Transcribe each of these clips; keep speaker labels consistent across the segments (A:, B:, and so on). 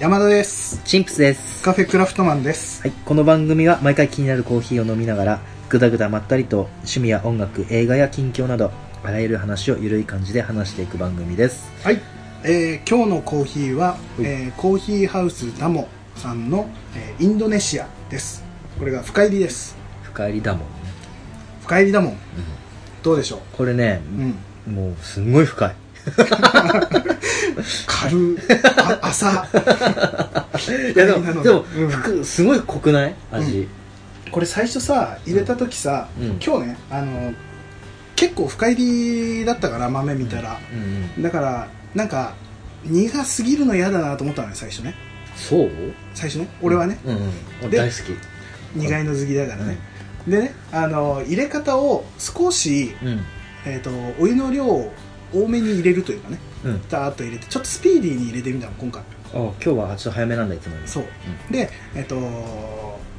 A: 山田です
B: チンプスです。
A: カフェクラフトマンです
B: はい、この番組は毎回気になるコーヒーを飲みながら、ぐだぐだまったりと、趣味や音楽、映画や近況など、あらゆる話をゆるい感じで話していく番組です。
A: はい、えー今日のコーヒーは、えーコーヒーハウスダモさんの、えーインドネシアですこれが深入りです
B: 深入りだもんね。
A: 深入りだもん、どうでしょ
B: これね、
A: ううん
B: もうすんごい深い。
A: 軽いあ 浅
B: いやで
A: 深入りなの
B: も、
A: で
B: でも、
A: うん
B: ふくすごい濃くない味。
A: これ最初さ入れた時さ、
B: うん
A: 今日ねあの結構深入りだったから豆見たら、
B: うん、うん、
A: だからなんか苦すぎるの嫌だなと思ったのね最初ね
B: そう
A: 最初ね俺はね、
B: うんうん。俺
A: で
B: 大好き。
A: 苦いの好きだからね、でねあの入れ方を少し、
B: うん。
A: えー、とお湯の量を多めに入れるというかね
B: うん。
A: ダーッと入れてちょっとスピーディーに入れてみたの今回
B: あ、今日はちょっと早めなんだ、いつもより。
A: そう、でえっ、と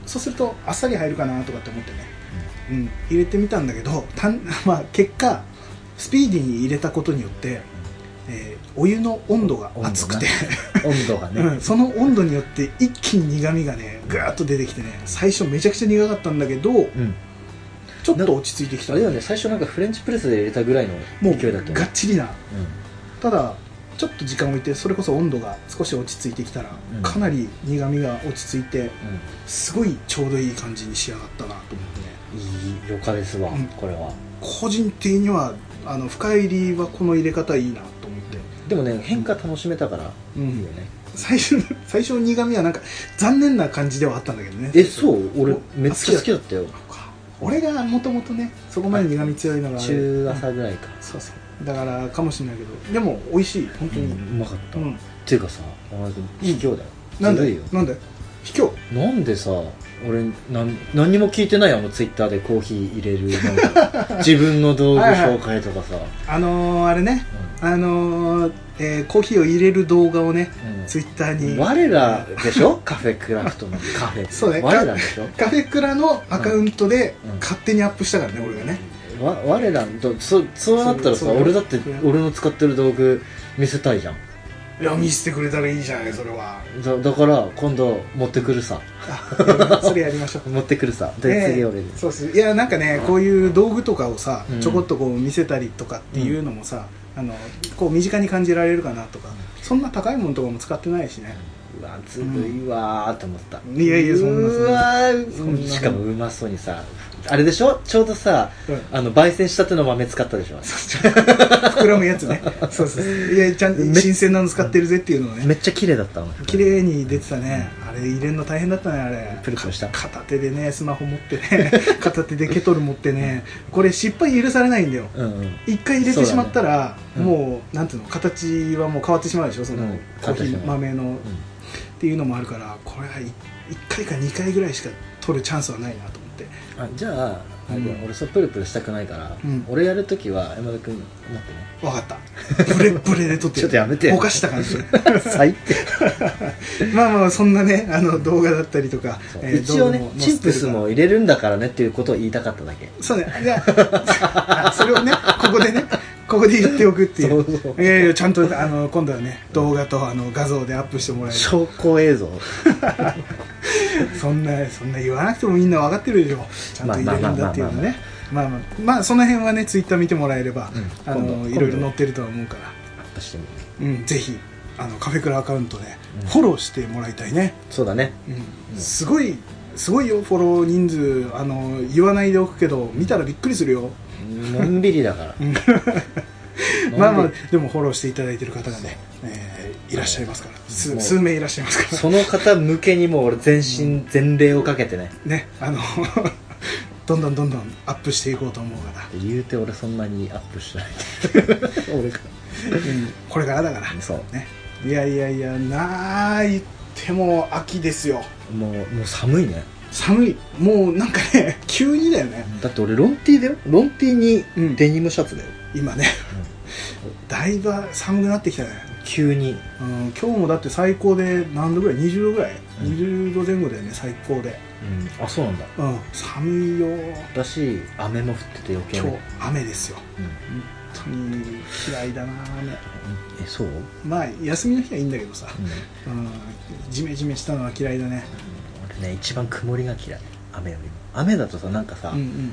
A: そうするとあっさり入るかなとかって思ってね、うん入れてみたんだけどたん、まあ、結果スピーディーに入れたことによって、えーお湯の温度が熱くて、
B: 温度がね。
A: うん、その温度によって一気に苦みがねぐーっと出てきてね最初めちゃくちゃ苦かったんだけど、
B: うん。
A: ちょっと落ち着いてき
B: あ
A: た
B: れだよ
A: も
B: ね、最初なんかフレンチプレスで入れたぐらいの
A: う
B: 勢いだったよ
A: が
B: ね
A: っ。ちりな
B: うん
A: ただちょっと時間を置いてそれこそ温度が少し落ち着いてきたら、
B: うん
A: かなり苦みが落ち着いて
B: うん
A: すごいちょうどいい感じに仕上がったなと思ってね
B: いいよかですわ、
A: うん
B: これは
A: 個人的にはあの深入りはこの入れ方いいなと思って、
B: でもね変化楽しめたから
A: う
B: いいよ
A: ん、
B: ね、
A: 最初最初苦みはなんか残念な感じではあったんだけどね
B: えそう俺
A: お
B: めっちゃ好きだったよ
A: 俺がもともとねそこまで苦み強いのが
B: 中朝ぐらいか、
A: そうそうだからかもしれないけどでも美味しい本当
B: うん
A: に、
B: うまかった、
A: う
B: っ
A: ん、
B: ていうかさお前卑怯だよ、
A: なん
B: ずる
A: で
B: いよ
A: なんで卑怯
B: なんでさ俺なん何にも聞いてないあのツイッターでコーヒー入れる なんか自分の道具紹介とかさ、
A: あのー、あれねあのーえーコーヒーを入れる動画をね
B: うん
A: ツイッター
B: うん
A: に
B: 我らでしょカフェクラフトのカフェ
A: そうね
B: 我らでしょ
A: カフェクラのアカウントで
B: うん
A: 勝手にアップしたからね、俺がね
B: わ我らとそそうなったら
A: そ
B: さ
A: うそう
B: 俺だって
A: うん
B: 俺の使ってる道具見せたいじゃん
A: いや見せてくれたらいいじゃないそれ は
B: だだから今度持ってくるさ
A: あそれやりましょう
B: 持ってくるさで、
A: ねえ
B: 次俺で
A: そうっすいやなんかねこういう道具とかをさ
B: うん
A: ちょこっとこう見せたりとかっていうのもさ、あのこう身近に感じられるかなとかそんな高いものとかも使ってないしね
B: うわずるいわーと思った、
A: いやいやそんなそん
B: うわー
A: そんな
B: うんしかもうまそうにさあれでしょちょうどさ
A: うん
B: あの焙煎したての豆使ったでしょ
A: 膨らむやつねそうそうそういやちゃんと
B: め
A: 新鮮なの使ってるぜっていうのをね
B: めっちゃ綺麗だったの
A: 綺麗に出てたねあれ入れるの大変だったねあれ
B: プルプルした
A: か片手でねスマホ持ってね 片手でケトル持ってねこれ失敗許されないんだよ
B: うんうん
A: 一回入れてしまったら、
B: そうだね
A: もうなんていうの形はもう変わってしまうでしょその、
B: うん
A: コーヒ
B: 変わってしま
A: ー
B: う
A: 豆の、っていうのもあるからこれは1回か2回ぐらいしか取るチャンスはないなと思って
B: あじゃあ、あれだよ
A: うん
B: 俺そうプルプルしたくないから、
A: うん
B: 俺やるときは山田君待ってね
A: 分かったブレッブレで取って
B: ちょっとやめてよ
A: ぼかした感じで
B: 最低
A: まあまあそんなねあの動画だったりとか、えー
B: 一応ね
A: 動画も載
B: チ
A: せ
B: ン
A: てる
B: プ
A: から
B: スも入れるんだからねっていうことを言いたかっただけ
A: そうね、じゃあ それをね、ここでね、ここで言っておくっていう。
B: そうそう
A: いやいや、ちゃんと、あの、今度はね、動画と、あの、画像でアップしてもらえる。
B: 証拠映像
A: そんな、そんな言わなくてもみんな分かってるでしょ。ちゃんと入れるんだっていうのね。まあまあ、まあ、その辺はね、ツイッター見てもらえれば、
B: うん
A: あ
B: 今
A: の、
B: 度
A: いろいろ載ってるとは思うから、
B: アップしてみる
A: うん、ぜひ、あの、カフェクラアカウントで、
B: うん
A: フォローしてもらいたいね。
B: そうだね
A: うん、すごい、すごいよ、フォロー人数、あの、言わないでおくけど、見たらびっくりする よ。
B: のんびりだから
A: まあま
B: な
A: あ
B: んで
A: でもフォローしていただいてる方がね、えーいらっしゃいますから数
B: もう
A: 数名いらっしゃいますから
B: その方向けにもう俺全身全霊をかけてね
A: ねあの どんどんどんどんアップしていこうと思うから、
B: 言うて俺そんなにアップしてない 俺か
A: これからだから、
B: そう
A: ね、いやいやいやなーいっても秋ですよ
B: もうもう寒いね
A: 寒いもうなんかね急にだよね
B: だって俺ロンティーだよロンティー
A: うん
B: にデニムシャツだよ、
A: 今ね、だいぶ寒くなってきたね、
B: 急に
A: うん、今日もだって最高で何度ぐらい20度ぐらい、
B: うん
A: 20度前後だよね最高で、
B: うんあそうなんだ
A: うん、寒いよ
B: だし雨も降ってて余計
A: 今
B: に
A: 日雨ですよ
B: う
A: 本
B: ん
A: うん嫌いだな雨
B: えそう、うん、
A: まあ休みの日はいいんだけどさ、うん、ジメジメしたのは嫌いだね
B: 俺ね一番曇りが嫌い雨よりも雨だとさなんかさ、
A: うんうん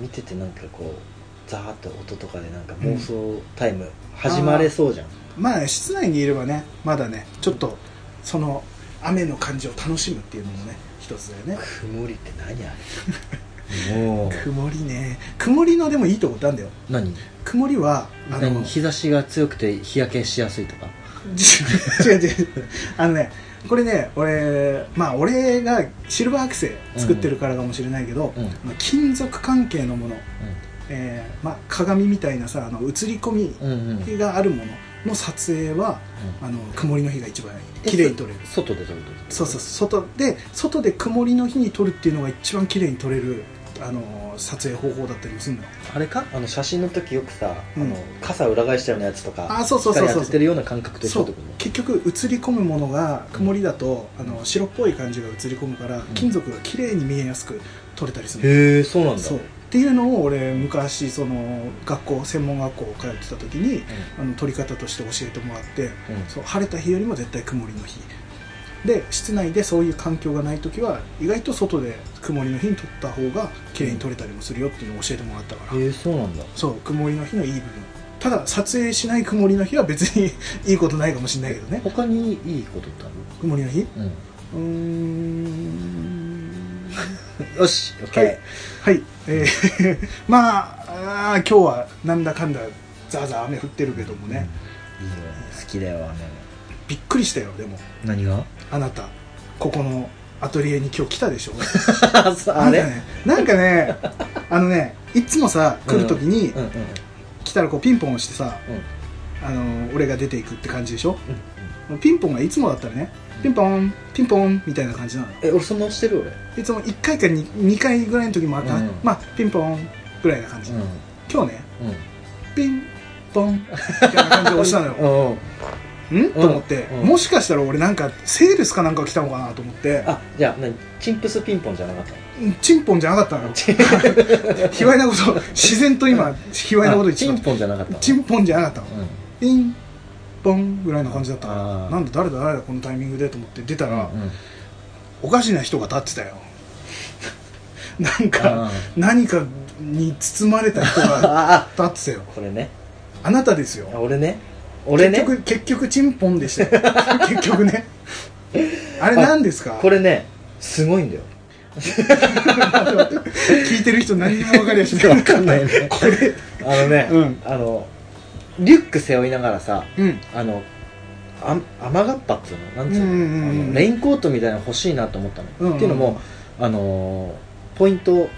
B: 見ててなんかこうザーッと音とかでなんか妄想タイム始まれそうじゃん、
A: まあね室内にいればねまだねちょっとその雨の感じを楽しむっていうのもね一つだよね
B: 曇りって何あれ もう
A: 曇りね曇りのでもいいとこってあるんだよ
B: 何
A: 曇りはあの
B: 何日差しが強くて日焼けしやすいとか
A: 違う違うあのねこれね俺まあ俺がシルバーアクセ作ってるからかもしれないけど、
B: うんうん
A: まあ金属関係のもの、えーまあ、鏡みたいなさあの映り込
B: うんうんうん
A: みがあるものの撮影は、あの曇りの日が一番
B: え
A: 綺麗に撮れる
B: そ外で撮ると
A: そうそう外で外で曇りの日に撮るっていうのが一番綺麗に撮れるあの撮影方法だったりもするのよ
B: あれかあの写真の時よくさ、
A: うん
B: あの傘裏返したようなやつとか
A: あそうそうそう
B: 光
A: そ
B: 当
A: う
B: ててるような感覚と一
A: そ
B: 緒って
A: う
B: ことね
A: 結局映り込むものが曇りだとあの白っぽい感じが映り込むから金属が綺麗に見えやすく撮れたりするの
B: へえそうなんだ
A: そうっていうのを俺昔その学校専門学校通ってた時にあの撮り方として教えてもらって
B: うんうん
A: そう晴れた日よりも絶対曇りの日で室内でそういう環境がない時は意外と外で曇りの日に撮った方が綺麗に撮れたりもするよっていうのを教えてもらったから、
B: へえそうなんだ
A: そう曇りの日のいい部分ただ撮影しない曇りの日は別に いいことないかもしれないけどね
B: 他にいいことってあ
A: 曇りの日う
B: る、
A: ーん
B: うん、よし OK、
A: はいはい、えー まああー今日はなんだかんだザーザー雨降ってるけどもね、
B: いいよ好きだよ雨
A: びっくりしたよでも
B: 何が
A: あなたここのアトリエに今日来たでしょ
B: そう あれ
A: なんかねなんかねあのねいつもさ来る時に、
B: うんうんうん
A: 来たらこうピンポン押してさあの俺が出ていくって感じでしょピンポンがいつもだったらねピンポンピンポンみたいな感じなの
B: え俺そんな押してる俺
A: いつも1回か 2, 2回ぐらいの時もあったな、
B: うん
A: まあピンポンぐらいな感じ、
B: う
A: 今日ね
B: んうん
A: ピンポンみたいな感じで押したのよ
B: うん
A: んと思って、
B: うん
A: もしかしたら俺なんかセールスかなんか来たのかなと思って
B: あじゃあ何チンプスピンポンじゃなかった
A: チンポンじゃなかったのよ卑猥なこと自然と今卑猥なこと言っ
B: の
A: てし
B: チ
A: まっ
B: ン
A: た
B: ポンじゃなかった
A: チンポンじゃなかったの
B: うん
A: ピンポンぐらいの感じだった
B: あー
A: のなんだ誰だ誰だこのタイミングでと思って出たら、
B: うん
A: おかしな人が立 ってたよなん
B: あ
A: か何かに包まれた人が
B: ああ
A: 立ってたよ
B: これね
A: あなたです
B: あ
A: よ
B: 俺ね俺ね
A: 結局結局チンポンでしたよ 結局ねあれ何ですか
B: これねすごいんだよ
A: 聞いてる人何にも分かりやしない
B: いね
A: これ
B: あのね、
A: うん
B: あのリュック背負いながらさ
A: うん
B: あのあ雨がっぱっつうのなんつうの,、
A: うんうんうん
B: あのレインコートみたいなの欲しいなと思ったの、
A: うんうん
B: っていうのもあのーポイント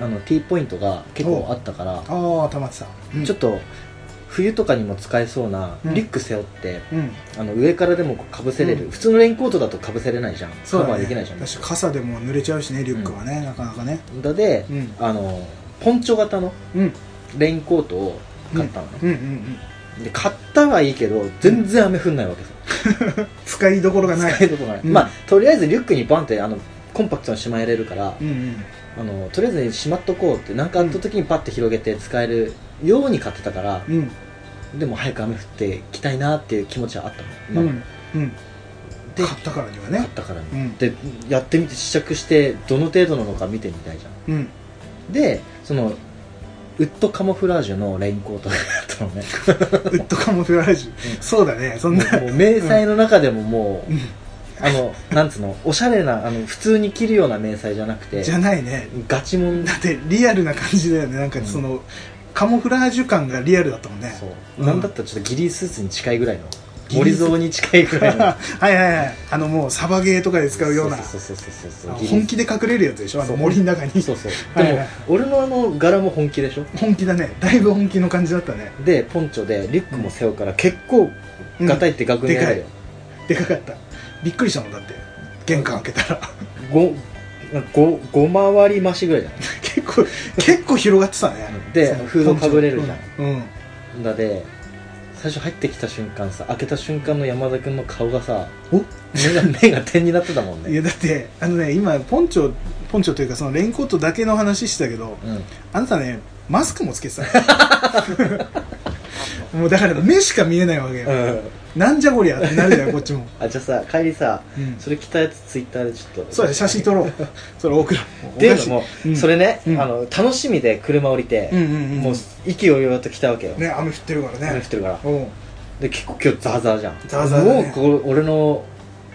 B: あの T ポイントが結構あったから
A: ああ玉木さん、うん
B: ちょっと冬とかにも使えそうな
A: うん
B: リュック背負って、
A: うん
B: あの上からでもかぶせれる、
A: うん
B: 普通のレインコートだとかぶせれないじゃん、カ
A: そうだ
B: バー
A: ね
B: できないじゃん
A: 確か傘でも濡れちゃうしねリュックはね、なかなかね
B: だで、
A: うん
B: あのーポンチョ型の
A: うん
B: レインコートを買ったのね、
A: うんうんうん
B: で買ったはいいけど全然雨降んないわけさ、
A: 使いどころがない
B: 使えるとこがない、
A: うん
B: まあとりあえずリュックにバンってあのコンパクトにしまえれるから、
A: うんうん
B: あのとりあえずしまっとこうってなんかあった時にパッて広げて使えるように買ってたから、
A: うん
B: でも早く雨降ってきたいなっていう気持ちはあったの、
A: う
B: 今
A: んうん
B: で
A: 買ったからには
B: 買
A: ね
B: ったからね、
A: うん
B: でやってみて試着してどの程度なのか見てみたい
A: う
B: じゃ
A: ん
B: んでそのウッドカモフラージュのレインコートがあったのね
A: ウッドカモフラージュ、
B: うん
A: そうだねそんな
B: もう迷彩の中でもも
A: う
B: う、
A: ん
B: あのなんつうのおしゃれなあの普通に着るような迷彩じゃなくて
A: じゃないね
B: ガチモン
A: だってリアルな感じだよねなんかその、カモフラージュ感がリアルだったもんね
B: そう、
A: うん
B: なんだったらちょっとギリースーツに近いぐらいの
A: ギリース
B: 森蔵に近いぐらい の
A: はいはいはいあのもうサバゲーとかで 使うような
B: そうそうそうそうそう
A: あの本気
B: で
A: で隠れるやつでしょあ
B: そ
A: の
B: う
A: 森の中に
B: そうそうで
A: はい
B: も、
A: はい
B: 俺のあの柄も本気でしょ
A: 本気だねだいぶ本気の感じだったね
B: でポンチョでリュックも背負うから結構ガタイって額にあるよ、
A: でかかったびっくりしたもんだって玄関開けたら
B: ごごご回り増しぐらいじゃない
A: 結構結構広がってたね
B: で
A: その
B: フードかぶれるじゃん
A: うん、うん
B: だで最初入ってきた瞬間さ開けた瞬間の山田君の顔がさ目 が目が点になってたもん
A: いや
B: ね
A: だってあのね今ポンチョポンチョというかそのレインコートだけの話してたけど
B: うん
A: あなたねマスクもつけてた のもうだから目しか見えないわけよ、
B: うん
A: なんじゃこりゃってなるじゃんこっちも、
B: あじゃあさ帰りさ、
A: うん
B: それ着たやつツイッターでちょっと
A: そうだ写真撮ろうそれ送ろう
B: っていうのも、
A: うん
B: それね、
A: うん
B: あの楽しみで車降りて、
A: うんうんうん
B: もう息をよ々と来たわけよ、
A: ね雨降ってるからね
B: 雨降ってるから
A: おう
B: で結構今日ザーザーじゃん
A: ザーザーだね
B: もうこれ俺の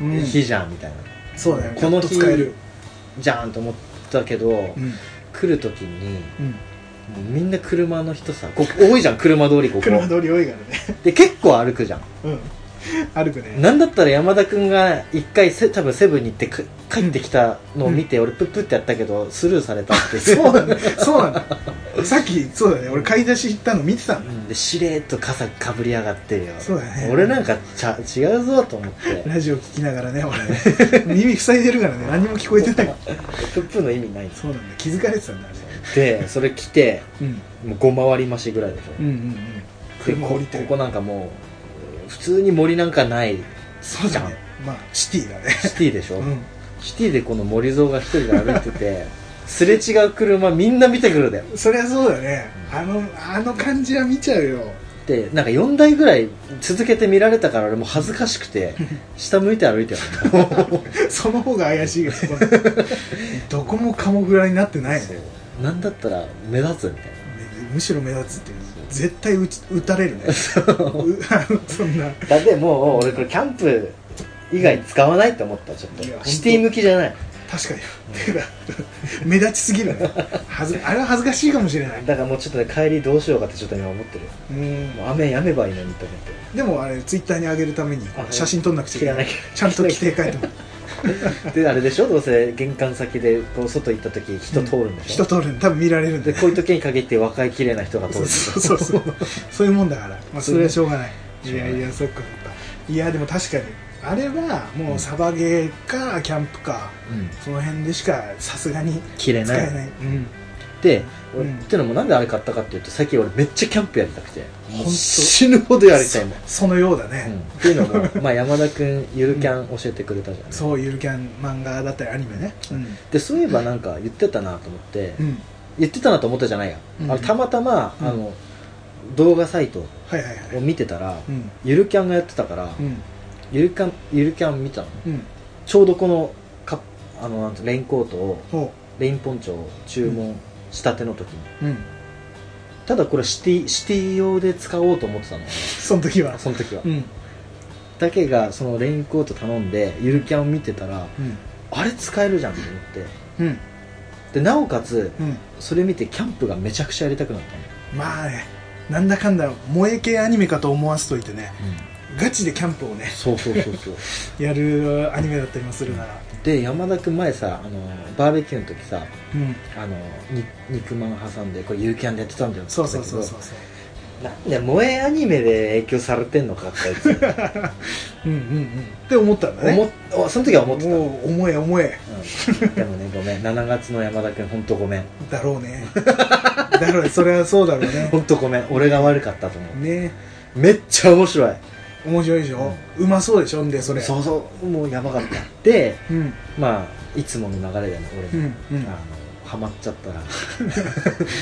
A: うん
B: 日じゃんみたいな、
A: そうだよ
B: この日
A: やっと使える
B: じゃんと思ったけど、
A: うん
B: 来る時に
A: うん
B: もうみんな車の人さここ多いじゃん車通りここ
A: 車通り多いからね
B: で結構歩くじゃん
A: うん歩くね
B: なんだったら山田君が一回せ多分セブンに行ってく帰ってきたのを見て、俺プップってやったけどスルーされたっていう
A: そうなんだそうなんださっきそうだね俺買い出し行ったの見てたんだ
B: うんでしれーっと傘かぶりやがってよ
A: そうだね
B: 俺なんかちゃ違うぞと思って
A: ラジオ聞きながらね俺ね 耳塞いでるからね何も聞こえてない
B: プップの意味ないんです
A: そうなんだ気づかれてたんだあれ
B: でそれ着て
A: うん
B: もう5回り増しぐらいでしょ、
A: うんうんうん
B: で
A: 車
B: こ
A: 降りて
B: こ
A: る
B: こなんかもう普通に森なんかない
A: そうじゃんまあシティだね
B: シティでしょ、
A: うん
B: シティでこの森蔵が一人で歩いててすれ違う車みんな見てくるんだよ
A: そりゃそうだねあのあの感じは見ちゃうよ
B: でなんか4台ぐらい続けて見られたから俺もう恥ずかしくて下向いて歩いてる の
A: その方が怪しいよ どこもカモフラになってないね
B: なんだったら目立つみたいな
A: むしろ目立つっていう絶対打ち打たれるねうあの そんな
B: だってもう俺これキャンプ以外使わないと思ったちょっと
A: いや本当
B: シティ向きじゃない
A: 確かにてか目立ちすぎるねはずあれは恥ずかしいかもしれない
B: だからもうちょっとね帰りどうしようかってちょっと今思ってるよ
A: うん
B: もう雨やめばいいのにと思って
A: でもあれツイッターに上げるために
B: あ
A: 写真撮んなくちゃいけない
B: 切らなきゃ
A: ちゃんと規定書いても
B: であれでしょどうせ玄関先でこう外行った時人通るんでしょ、
A: 人通るん多分見られるん
B: で
A: で
B: こういう時に限って若い綺麗な人が通
A: そ
B: る
A: うそうそうそうそういうもんだから、まあ、それはしょうがない
B: し
A: い
B: ょうがな
A: や
B: い
A: いやそっかそっかいやでも確かにあれはもうサバゲーかキャンプか
B: うん
A: その辺でしかさすがに
B: 切れ
A: 使
B: な
A: え
B: い
A: ない、うん、
B: で、
A: うん
B: 俺ってのもなんであれ買ったかっていうと最近俺めっちゃキャンプやりたくて
A: ほん
B: も
A: と
B: う死ぬほどやりたいもん、
A: そそのようだ
B: うん
A: ね、
B: っていうのも、まあ、山田君ゆるキャン教えてくれたじゃん、
A: そうゆるキャン漫画だったりアニメねうん
B: でそういえばなんか言ってたなと思って、
A: うん
B: 言ってたなと思ったじゃないや、
A: うん
B: あのたまたま、
A: うん
B: あの動画サイト
A: はいはいはい
B: を見てたら、
A: うん
B: ゆるキャンがやってたから、
A: うん
B: ゆるキャンゆるキャン見たの
A: うん
B: ちょうどこのかあのなんてレインコートを
A: ほ
B: レインポンチョを注文したての時に、
A: ううん
B: ただこれシティシティ用で使おうと思ってたの
A: その時は
B: その時は
A: うん
B: だけがそのレインコート頼んでゆるキャンを見てたら
A: うん
B: あれ使えるじゃんと思って
A: うん
B: でなおかつ
A: うん
B: それ見てキャンプがめちゃくちゃやりたくなったの
A: まあねなんだかんだ萌え系アニメかと思わせといてねガチでキャンプをね
B: そうそうそうそう
A: やるアニメだったりもするから
B: で山田君前さあのバーベキューの時さ
A: うん
B: あのに肉まん挟んでこれゆるキャンでやってたんだよ
A: そうそうそうそうそう
B: うなんで萌えアニメで影響されてんのかって あいつ
A: うんうんうんって思ったんだね
B: 思っおその時は思ってた、
A: もう思え思え
B: うんでもねごめん7月の山田君本当ごめん
A: だろう ねだろうねそれはそうだろうね
B: 本当ごめん俺が悪かったと思う
A: ね
B: めっちゃ面白い
A: 面白いでしょ、うまそうでしょんでそれ
B: そうそうもうやばかったで
A: うん
B: まあいつもの流れでね
A: う
B: 俺も、
A: んうん
B: あのハマっちゃったら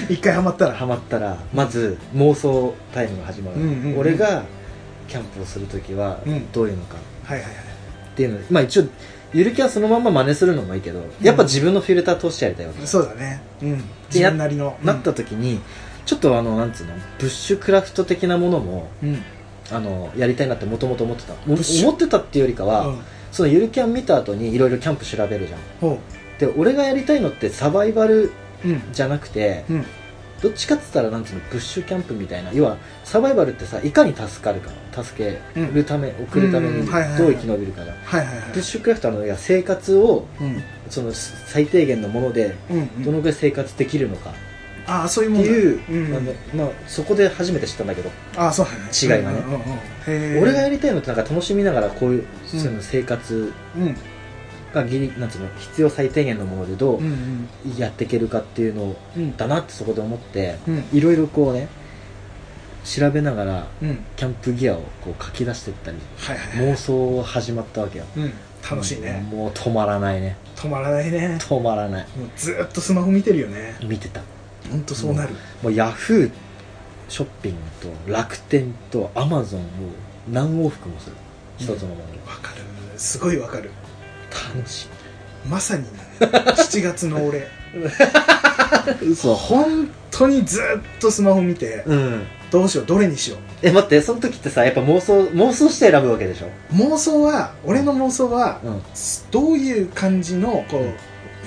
A: 一回ハマったら
B: ハマったらまず妄想タイムが始まる、
A: うんうんうん
B: 俺がキャンプをする時は
A: うん
B: どういうのか
A: はいはいはい
B: っていうの、まあ一応ゆるキャンそのまんま真似するのもいいけどやっぱ自分のフィルター通してやりたいわけ、
A: そうだねうん自分なりの
B: なった時にちょっとあのなんつうのブッシュクラフト的なものも
A: うん、うん
B: あのやりたいなってもともと思ってた
A: ブッシュ
B: 思ってたっていうよりかは、
A: うん
B: そのゆるキャン見た後にいろいろキャンプ調べるじゃん
A: ほ
B: で俺がやりたいのってサバイバル
A: ううん
B: じゃなくて、
A: うん
B: どっちかっつったらなんつうのブッシュキャンプみたいな要はサバイバルってさいかに助かるか助けるため、送るため
A: う
B: に
A: んはいはいはい
B: どう生き延びるかだ、
A: はいはいはい
B: ブッシュクラフトのいや生活を
A: うん
B: その最低限のもので
A: うんう
B: ど
A: ん、
B: のぐらい生活できるのかっ
A: ああそういう
B: て
A: もんだうん
B: いう、なんでまあ、そこで初めて知ったんだけど、
A: ああそうだね
B: 違いがね
A: うんうんうんへえ
B: 俺がやりたいのってなんか楽しみながらこういう、
A: うん
B: その生活
A: うん
B: がギリなんつうの必要最低限のものでどう
A: うんうん
B: やっていけるかっていうの
A: うん
B: だなってそこで思って、
A: うん
B: いろいろこうね調べながら
A: うん
B: キャンプギアをこう書き出していったり
A: はいはいはい
B: 妄想を始まったわけよ
A: うん楽しいね
B: もう止まらないね
A: 止まらないね
B: 止まらない
A: もうずーっとスマホ見てるよね
B: 見てた
A: 本当そうなる、
B: もうヤフーショッピングと楽天とアマゾンを何往復もする一つのもので
A: わかるすごいわかる
B: 楽し
A: まさに 7月の俺
B: い嘘
A: 本当にずっとスマホ見て
B: うん
A: どうしようどれにしよう
B: え待ってその時ってさやっぱ妄想妄想して選ぶわけでしょ
A: 妄想は俺の妄想は
B: うんうん
A: どういう感じのこ
B: うん
A: う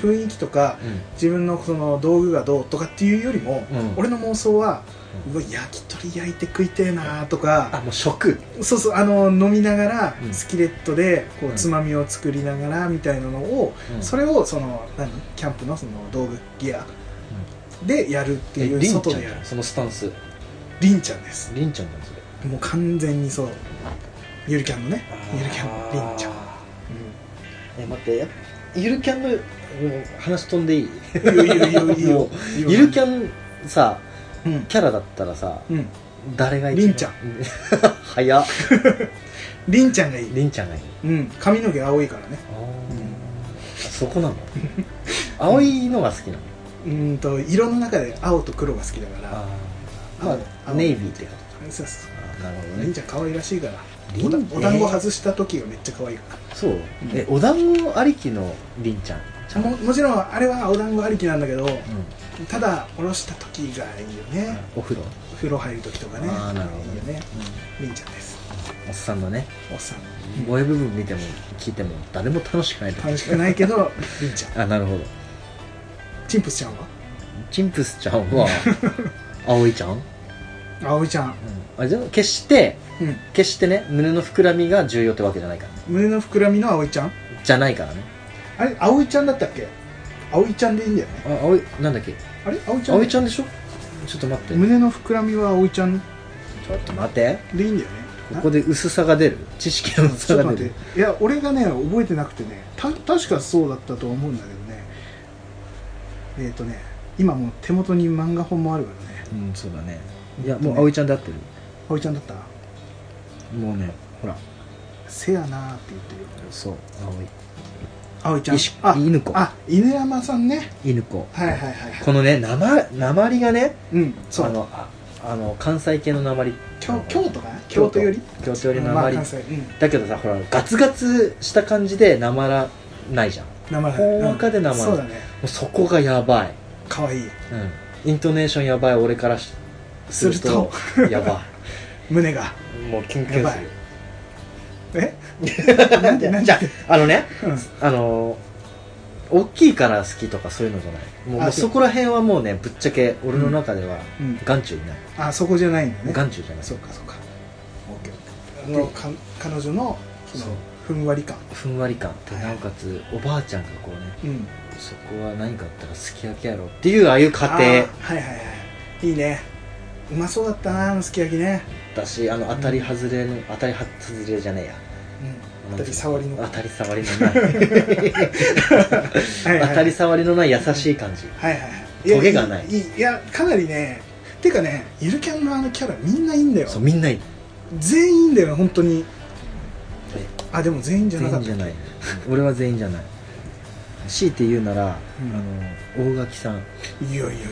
A: 雰囲気とか自分のその道具がどうとかっていうよりも、
B: うん
A: 俺の妄想は、うわ焼き鳥焼いて食いてえなと
B: あ
A: か
B: もう食
A: そうそうあの飲みながら、
B: うん
A: スキレットでこ
B: う
A: うんつまみを作りながらみたいなのを、そ
B: れ
A: れをその何キャンプのその道具ギアでやるっていう
B: りん
A: 外
B: ちゃん
A: でや
B: じゃ
A: る
B: んそのスタンス
A: りんちゃんです
B: りんちゃんなんそれ
A: もう完全にそうゆるキャンのねゆるキャンのりん ちゃん、
B: え待ってやゆるキャンのうん話飛んでいい
A: うん、いいよいいよいいよいい
B: も
A: よ
B: うゆるキ
A: ャ
B: ャンさ
A: ンうん
B: キャラだったらさ
A: うん
B: 誰が一番
A: りんちゃん
B: 早っ
A: りんちゃんがいい、
B: りんちゃんがいい
A: うん、髪の毛青いからね
B: そこなの青いのが好きなの
A: うんと色の中で青と黒が好きだから
B: ま
A: あ
B: あネイビーってこと
A: そうそう
B: あなるほど
A: りん
B: ね
A: ちゃん可愛らしいから
B: りん
A: おだお団子
B: えー
A: 外した時がめっちゃ可愛いか
B: そうえお団子ありきのりんちゃんちゃ
A: ら
B: ん
A: ももちろんあれはお団子ありきなんだけど
B: うん
A: ただおろした時がいいよね、
B: お風呂
A: 風呂入る時とかね
B: あーなるほど
A: いいよねりんちゃんです
B: おっさんのね
A: おっさん、
B: 萌え部分見ても聞いても誰も楽しくないと
A: 楽しくないけど りんちゃん
B: あなるほど
A: チンプスちゃんは
B: チンプスちゃん は葵ちゃん、うん、
A: 葵ちゃん
B: あじゃあ決して
A: うん
B: 決してね胸の膨らみが重要ってわけじゃないからね
A: 胸の膨らみの葵ちゃん
B: じゃないからね
A: あれ葵ちゃんだったっけ葵ちゃんでいいんだよね
B: あ葵なんだっけ
A: あれ葵ちゃん
B: 葵ちゃんでしょちょっと待って
A: 胸の膨らみは葵ちゃん
B: ちょっと待って
A: でいいんだよね
B: ここで薄さが出る知識の
A: うん
B: 薄
A: ち
B: さ
A: ょっと
B: が
A: 待っ
B: 出る
A: ていや俺がね覚えてなくてねた確かそうだったと思うんだけどねえっ、ー、とね今もう手元に漫画本もあるからね
B: うんそうだねいやもう葵ちゃんで合ってる
A: 葵ちゃんだった
B: もうねほら
A: せやなーって言ってるよ
B: そう
A: 葵ちゃん
B: 葵石
A: あ
B: 犬子
A: あ犬山さんね
B: 犬子
A: はいはいはいはい
B: このねなまなまりがね
A: うんそ
B: あ
A: う
B: のああの関西系のなまり
A: 京京都かな京都より
B: 京都よりな
A: ま
B: ま
A: あ
B: り
A: 関西うん
B: だけどさほらガツガツした感じでなまらないじゃんも
A: 名前
B: ほんわかで名前
A: そうだね
B: うそこがやばい、
A: 可愛いい
B: うん、イントネーションやばい俺からし
A: すると
B: するとやば
A: 胸が
B: い もうキュンキュンする
A: え
B: な
A: なんん
B: で
A: でなん
B: じ
A: で
B: ゃああのね
A: うん
B: あの大きいから好きとかそういうのじゃないもう
A: あ
B: もうそこら辺はもうねぶっちゃけ俺の中では
A: うん
B: 眼中にない、
A: あそこじゃないんだね
B: 眼中じゃない
A: そうかそうかあのか彼女のその
B: そう
A: ふんわり感
B: ふんわり感ってなおかつおばあちゃんがこうね
A: うん
B: そこは何かあったらすき焼きやろっていうああいう
A: あー
B: 家
A: はいはいはいいいねうまそうだったなあのすき焼きね
B: 庭だしあの当たり外れの、当たり外れじゃねえや
A: うん当たり障りの
B: 当たり障りのない
A: はいはい
B: 当たり障りのない優しい感じ
A: はいはいはい
B: トゲがない
A: いいいやかなりねてかねゆるキャンのあのキャラみんないいんだよ
B: そうみんないい
A: 全員いいんだよね本当にあでも全員じゃな
B: 全
A: か
B: 員
A: っ
B: じ
A: た
B: ゃない俺は全員じゃない強いて言うなら、
A: うん
B: あの大垣さん
A: いやいやいやいや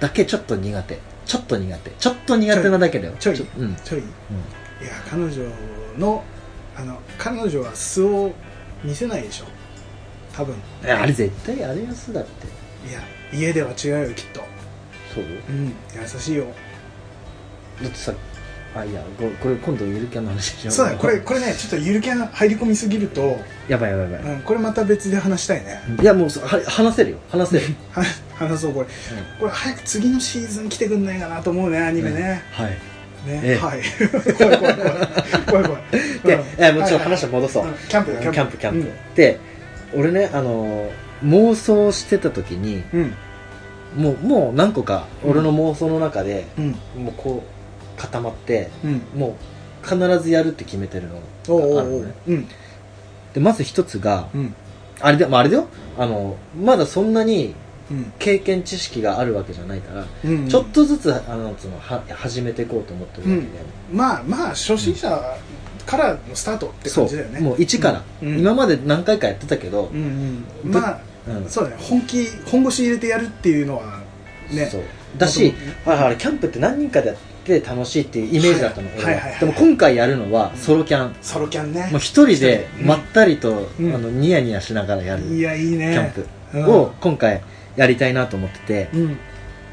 B: だけちょっと苦手ちょっと苦手ちょっと苦手なだけだよ
A: ちょい
B: うんうん
A: ちょいいや彼女のあの彼女は素を見せないでしょ多分
B: えあれ絶対あれやすだって
A: いや家では違うよきっと
B: そう
A: うん優しいよ
B: だってさあいやここれ今度ゆるキャンの話しよう
A: そうだこれこれねちょっとゆるキャン入り込みすぎると、
B: やばいやばいやばい、
A: うん、これまた別で話したいね、
B: いやもうそは話せるよ話せる、
A: は 話そうこれこれ早く次のシーズン来てくんないかなと思うねアニメね、
B: はい
A: ね、
B: ええ
A: はい 怖い怖い怖 い怖い怖い
B: で、えもう
A: はい
B: ちろん
A: はい
B: 話を戻そう、
A: うんキャンプ
B: キャンプキャンプ、で俺ねあのー妄想してた時に
A: うんうん
B: もうもう何個か俺の妄想の中で、
A: うん
B: もうこう固まって
A: うん
B: もう必ずやるって決めてるの
A: おうお
B: があ
A: う
B: る
A: お
B: の
A: う
B: ね
A: うん
B: でまず一つが
A: うん
B: あれで、まあ、あれだよあのまだそんなに
A: うん
B: 経験知識があるわけじゃないから、
A: うん
B: ちょっとずつあのそのは始めていこうと思ってるわけで、
A: まあまあ初心者からのスタートって感
B: そう
A: じだよね
B: もう一から、
A: うん
B: 今まで何回かやってたけど
A: う、んうん
B: ぶ
A: まあ
B: うん
A: そうだね本気本腰入れてやるっていうのはね
B: そうだし
A: 元
B: ああれキャンプって何人かでやって楽しいっていうイメージだったの、
A: はい
B: 俺は
A: はいはいはい
B: でも今回やるのはソロキャン、
A: ソロキャンね
B: もう一人で
A: うん
B: まったりと、
A: うん
B: あのニヤニヤしながらやる
A: い
B: キ
A: やいいね
B: ャン
A: うん
B: プを今回やりたいなと思ってて、
A: うん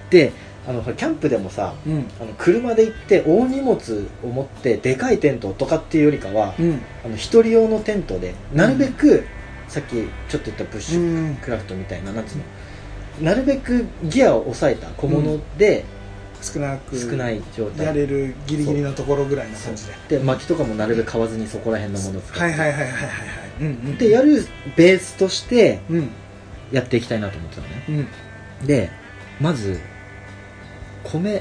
B: であのほらキャンプでもさ
A: うん
B: あの車で行って大荷物を持ってでかいテントとかっていうよりかは、
A: うん
B: あの一人用のテントでなるべく、さっきちょっと言ったブッシュ
A: うん
B: クラフトみたいななんつうのなるべくギアを抑えた小物で
A: 少なく
B: 少ない状態、
A: やれるギリギリのところぐらいの感じで
B: で薪とかもなるべく買わずにそこら辺のものを使って、
A: はいはいはいはいはいはいうんうん
B: でやるベースとして
A: うん
B: やっていきたいなと思ってたのね
A: うん
B: でまず米